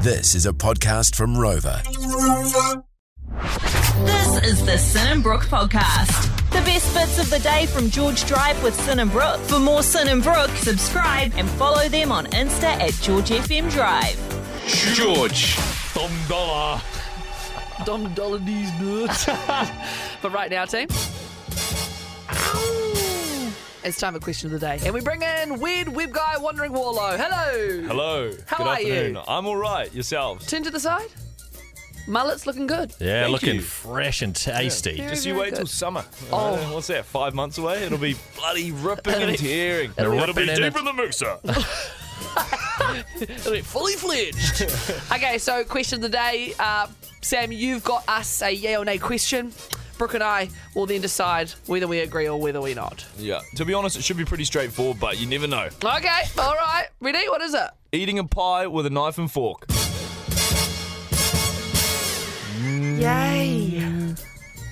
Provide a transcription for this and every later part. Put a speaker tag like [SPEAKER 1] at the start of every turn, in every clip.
[SPEAKER 1] This is a podcast from Rover.
[SPEAKER 2] This is the Sin and Brooke podcast.
[SPEAKER 3] The best bits of the day from George Drive with Sin and Brooke. For more Sin and Brooke,
[SPEAKER 2] Subscribe.
[SPEAKER 3] and follow them on Insta at George FM Drive.
[SPEAKER 4] George.
[SPEAKER 5] Dom dollar. Dom dollar these nuts.
[SPEAKER 4] But right now, team. It's time for question of the day. And we bring in Weird Web Guy Wandering Warlow. Hello.
[SPEAKER 5] Hello.
[SPEAKER 4] How
[SPEAKER 5] Good
[SPEAKER 4] are
[SPEAKER 5] afternoon.
[SPEAKER 4] you?
[SPEAKER 5] I'm all right. Yourselves?
[SPEAKER 4] Turn to the side. Mullet's looking good.
[SPEAKER 6] Yeah,
[SPEAKER 5] Thank
[SPEAKER 6] looking
[SPEAKER 5] you.
[SPEAKER 6] fresh and tasty.
[SPEAKER 4] Very,
[SPEAKER 5] Just you
[SPEAKER 4] very
[SPEAKER 5] wait
[SPEAKER 4] good.
[SPEAKER 5] till summer.
[SPEAKER 4] Oh.
[SPEAKER 5] Uh, What's that? Five months away? It'll be bloody ripping and tearing.
[SPEAKER 4] It'll be-
[SPEAKER 6] the mixer.
[SPEAKER 4] It'll be fully fledged. okay, so question of the day. Uh, Sam, you've got us a yay or nay question. Brooke and I will then decide whether we agree or whether we not.
[SPEAKER 5] Yeah. To be honest, it should be pretty straightforward, but you never know.
[SPEAKER 4] Okay, all right. Ready? What is it?
[SPEAKER 5] Eating a pie with a knife and fork.
[SPEAKER 4] Yay.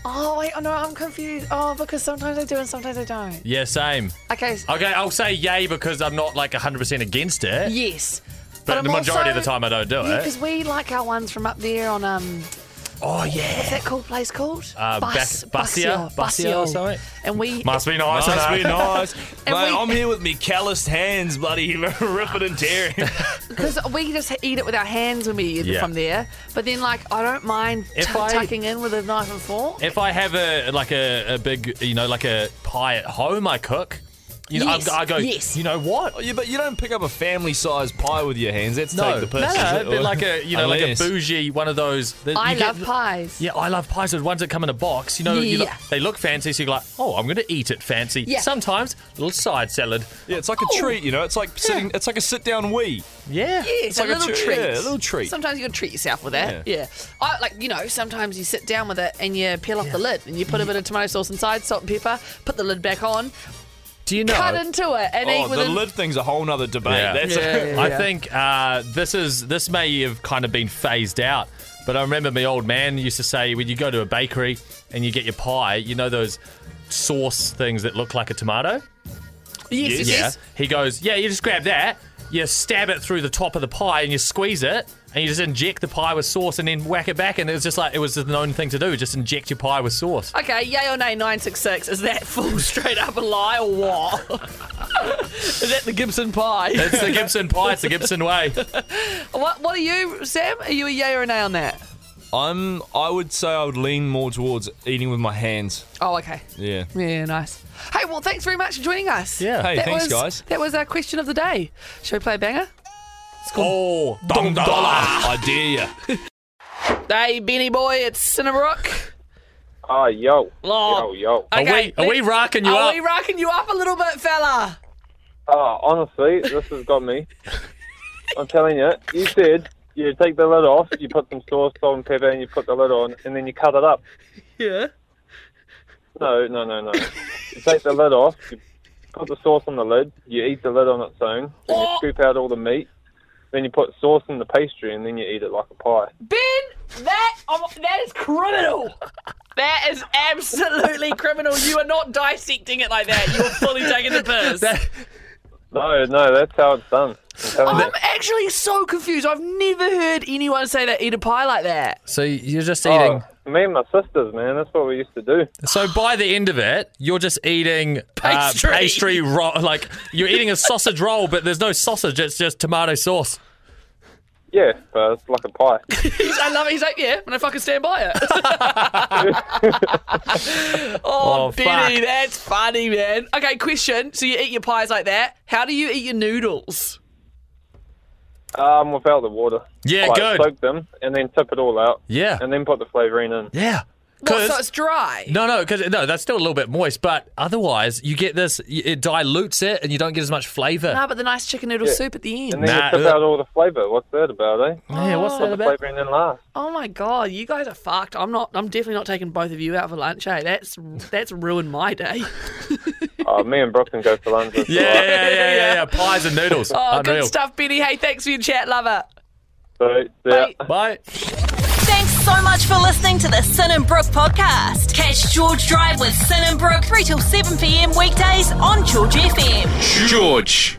[SPEAKER 4] Oh, wait, oh no, I'm confused. Oh, because sometimes I do and sometimes I don't.
[SPEAKER 6] yeah, same.
[SPEAKER 4] Okay, s-
[SPEAKER 6] Okay, I'll say yay because I'm not like 100% against it,
[SPEAKER 4] yes.
[SPEAKER 6] but,
[SPEAKER 4] I'm
[SPEAKER 6] the majority of
[SPEAKER 4] also-
[SPEAKER 6] the time I don't do
[SPEAKER 4] Yeah,
[SPEAKER 6] it.
[SPEAKER 4] because we like our ones from up there on um,
[SPEAKER 6] Oh, yeah.
[SPEAKER 4] what's that cool place called?
[SPEAKER 6] Uh, Bac- Bacia? Bacia or something?
[SPEAKER 4] And we
[SPEAKER 6] Must be nice. I know.
[SPEAKER 5] Must be nice.
[SPEAKER 4] And
[SPEAKER 5] Mate,
[SPEAKER 4] we-
[SPEAKER 5] I'm here with me calloused hands, bloody ripping and tearing.
[SPEAKER 4] because we just eat it with our hands when we eat it
[SPEAKER 6] Yeah.
[SPEAKER 4] from there. But then, like, I don't mind
[SPEAKER 6] If
[SPEAKER 4] tu-
[SPEAKER 6] I-
[SPEAKER 4] tucking in with a knife and fork.
[SPEAKER 6] If I have a like a, a big, you know, like a pie at home, I cook. You know, I-
[SPEAKER 4] Yes,
[SPEAKER 6] I, go.
[SPEAKER 4] yes.
[SPEAKER 6] You know what?
[SPEAKER 5] Oh, yeah, but you don't pick up a family-sized pie with your hands. That's
[SPEAKER 6] No,
[SPEAKER 5] take the piss.
[SPEAKER 6] no,
[SPEAKER 5] is
[SPEAKER 6] no,
[SPEAKER 5] it?
[SPEAKER 6] but like a you know,
[SPEAKER 5] Unless-
[SPEAKER 6] like a bougie one of those. That
[SPEAKER 4] I
[SPEAKER 6] you
[SPEAKER 4] love
[SPEAKER 6] get,
[SPEAKER 4] pies.
[SPEAKER 6] Yeah, I love pies. The ones that come in a box, you know, you
[SPEAKER 4] Yeah.
[SPEAKER 6] lo- they look fancy. So you're like, oh, I'm going to eat it fancy.
[SPEAKER 4] Yeah.
[SPEAKER 6] Sometimes a little side salad.
[SPEAKER 5] Yeah, it's like a
[SPEAKER 6] Oh.
[SPEAKER 5] treat, you know. It's like sitting. It's like a sit-down wee.
[SPEAKER 6] Yeah.
[SPEAKER 4] Yeah, it's,
[SPEAKER 5] It's like
[SPEAKER 4] a
[SPEAKER 5] a
[SPEAKER 4] little
[SPEAKER 5] tre-
[SPEAKER 4] treat.
[SPEAKER 5] yeah, a little treat.
[SPEAKER 4] Sometimes you can treat yourself with that. Yeah. I, like, you know, sometimes you sit down with it and you peel off the lid and you put a bit of tomato sauce inside, salt and pepper, put the lid back on,
[SPEAKER 6] Do you know?
[SPEAKER 4] cut into it, and
[SPEAKER 5] Oh,
[SPEAKER 4] eat with
[SPEAKER 5] the
[SPEAKER 4] it.
[SPEAKER 5] lid thing's a whole nother debate.
[SPEAKER 6] Yeah.
[SPEAKER 5] That's
[SPEAKER 4] Yeah, yeah.
[SPEAKER 6] I think uh, this is this may have kind of been phased out, but I remember my old man used to say when you go to a bakery and you get your pie, you know those sauce things that look like a tomato.
[SPEAKER 4] Yes, yes, yes.
[SPEAKER 6] Yeah. He goes, yeah, you just grab that, you stab it through the top of the pie and you squeeze it, and you just inject the pie with sauce and then whack it back. And it was just like, it was the known thing to do, just inject your pie with sauce.
[SPEAKER 4] Okay, yay or nay, 966. Is that full straight up a lie or what? Is that the Gibson pie?
[SPEAKER 6] It's the Gibson pie, it's the Gibson way.
[SPEAKER 4] What, what are you, Sam? Are you a yay or a nay on that?
[SPEAKER 5] I'm. I would say I would lean more towards eating with my hands.
[SPEAKER 4] Oh, okay.
[SPEAKER 5] Yeah.
[SPEAKER 4] Yeah, nice. Hey, well, thanks very much for joining us.
[SPEAKER 6] Yeah.
[SPEAKER 5] Hey,
[SPEAKER 4] That
[SPEAKER 5] thanks,
[SPEAKER 4] was,
[SPEAKER 5] guys.
[SPEAKER 4] That was our question of the day. Should we play a banger?
[SPEAKER 6] Oh, dum dollar.
[SPEAKER 5] I dare ya.
[SPEAKER 4] Hey, Benny boy, it's Cinnabrook.
[SPEAKER 7] Oh, yo.
[SPEAKER 4] Oh.
[SPEAKER 7] Yo, yo.
[SPEAKER 6] Are we-
[SPEAKER 4] Okay,
[SPEAKER 6] are we
[SPEAKER 4] let's-
[SPEAKER 6] rocking you
[SPEAKER 4] are
[SPEAKER 6] up?
[SPEAKER 4] we rocking you up a little bit, fella?
[SPEAKER 7] Oh, honestly, this has got me. I'm telling you, you said you take the lid off, you put some sauce, salt, and pepper, and you put the lid on, and then you cut it up.
[SPEAKER 4] Yeah.
[SPEAKER 7] No, no, no, no. You take the lid off, you put the sauce on the lid, you eat the lid on its own, then you scoop out all the meat, then you put sauce in the pastry, and then you eat it like a pie.
[SPEAKER 4] Ben, that oh, that is criminal. That is absolutely criminal. You are not dissecting it like that. You're fully taking the piss.
[SPEAKER 7] No, no, that's how it's done. I'm telling
[SPEAKER 4] I'm
[SPEAKER 7] you.
[SPEAKER 4] actually so confused. I've never heard anyone say that eat a pie like that.
[SPEAKER 6] So you're just
[SPEAKER 7] Oh,
[SPEAKER 6] eating.
[SPEAKER 7] me and my sisters, man, that's what we used to do.
[SPEAKER 6] So by the end of it, you're just eating
[SPEAKER 4] Pastry.
[SPEAKER 6] uh, pastry roll. Like you're eating a sausage roll, but there's no sausage. It's just tomato sauce.
[SPEAKER 7] Yeah, but it's like a pie.
[SPEAKER 4] He's, I love it. He's like, yeah, and if I can stand by it. oh,
[SPEAKER 6] Oh,
[SPEAKER 4] Benny,
[SPEAKER 6] fuck.
[SPEAKER 4] that's funny, man. Okay, question. So you eat your pies like that. How do you eat your noodles?
[SPEAKER 7] Um, without the water.
[SPEAKER 6] Yeah,
[SPEAKER 7] like,
[SPEAKER 6] good.
[SPEAKER 7] Soak them and then tip it all out.
[SPEAKER 6] Yeah.
[SPEAKER 7] And then put the flavouring in.
[SPEAKER 6] Yeah.
[SPEAKER 4] What,
[SPEAKER 6] 'Cause-
[SPEAKER 4] so it's dry.
[SPEAKER 6] No, no, because no, that's still a little bit moist, but otherwise you get this, it dilutes it, and you don't get as much flavour.
[SPEAKER 4] No, but the nice chicken noodle soup at the
[SPEAKER 7] And
[SPEAKER 4] end.
[SPEAKER 7] then
[SPEAKER 6] Nah,
[SPEAKER 7] you tip
[SPEAKER 6] uh,
[SPEAKER 7] out all the flavour. What's that about, eh?
[SPEAKER 6] yeah, what's
[SPEAKER 7] Put
[SPEAKER 6] that
[SPEAKER 7] the
[SPEAKER 6] about?
[SPEAKER 7] flavouring in last.
[SPEAKER 4] Oh my god, you guys are fucked. I'm not. I'm definitely not taking both of you out for lunch. Hey, that's that's ruined my day.
[SPEAKER 7] Oh, me and Brooklyn go for lunch. That's
[SPEAKER 6] Yeah,
[SPEAKER 7] all
[SPEAKER 6] yeah,
[SPEAKER 7] right.
[SPEAKER 6] yeah, yeah, yeah, yeah. Pies and noodles.
[SPEAKER 4] Oh,
[SPEAKER 6] Unreal.
[SPEAKER 4] good stuff, Benny. Hey, thanks for your chat, lover.
[SPEAKER 7] So, yeah.
[SPEAKER 4] Bye.
[SPEAKER 6] Bye.
[SPEAKER 3] Thanks so much for listening to the Sin and Brooke podcast. Catch George Drive with Sin and Brooke 3 till 7 p.m. weekdays on George FM.
[SPEAKER 5] George.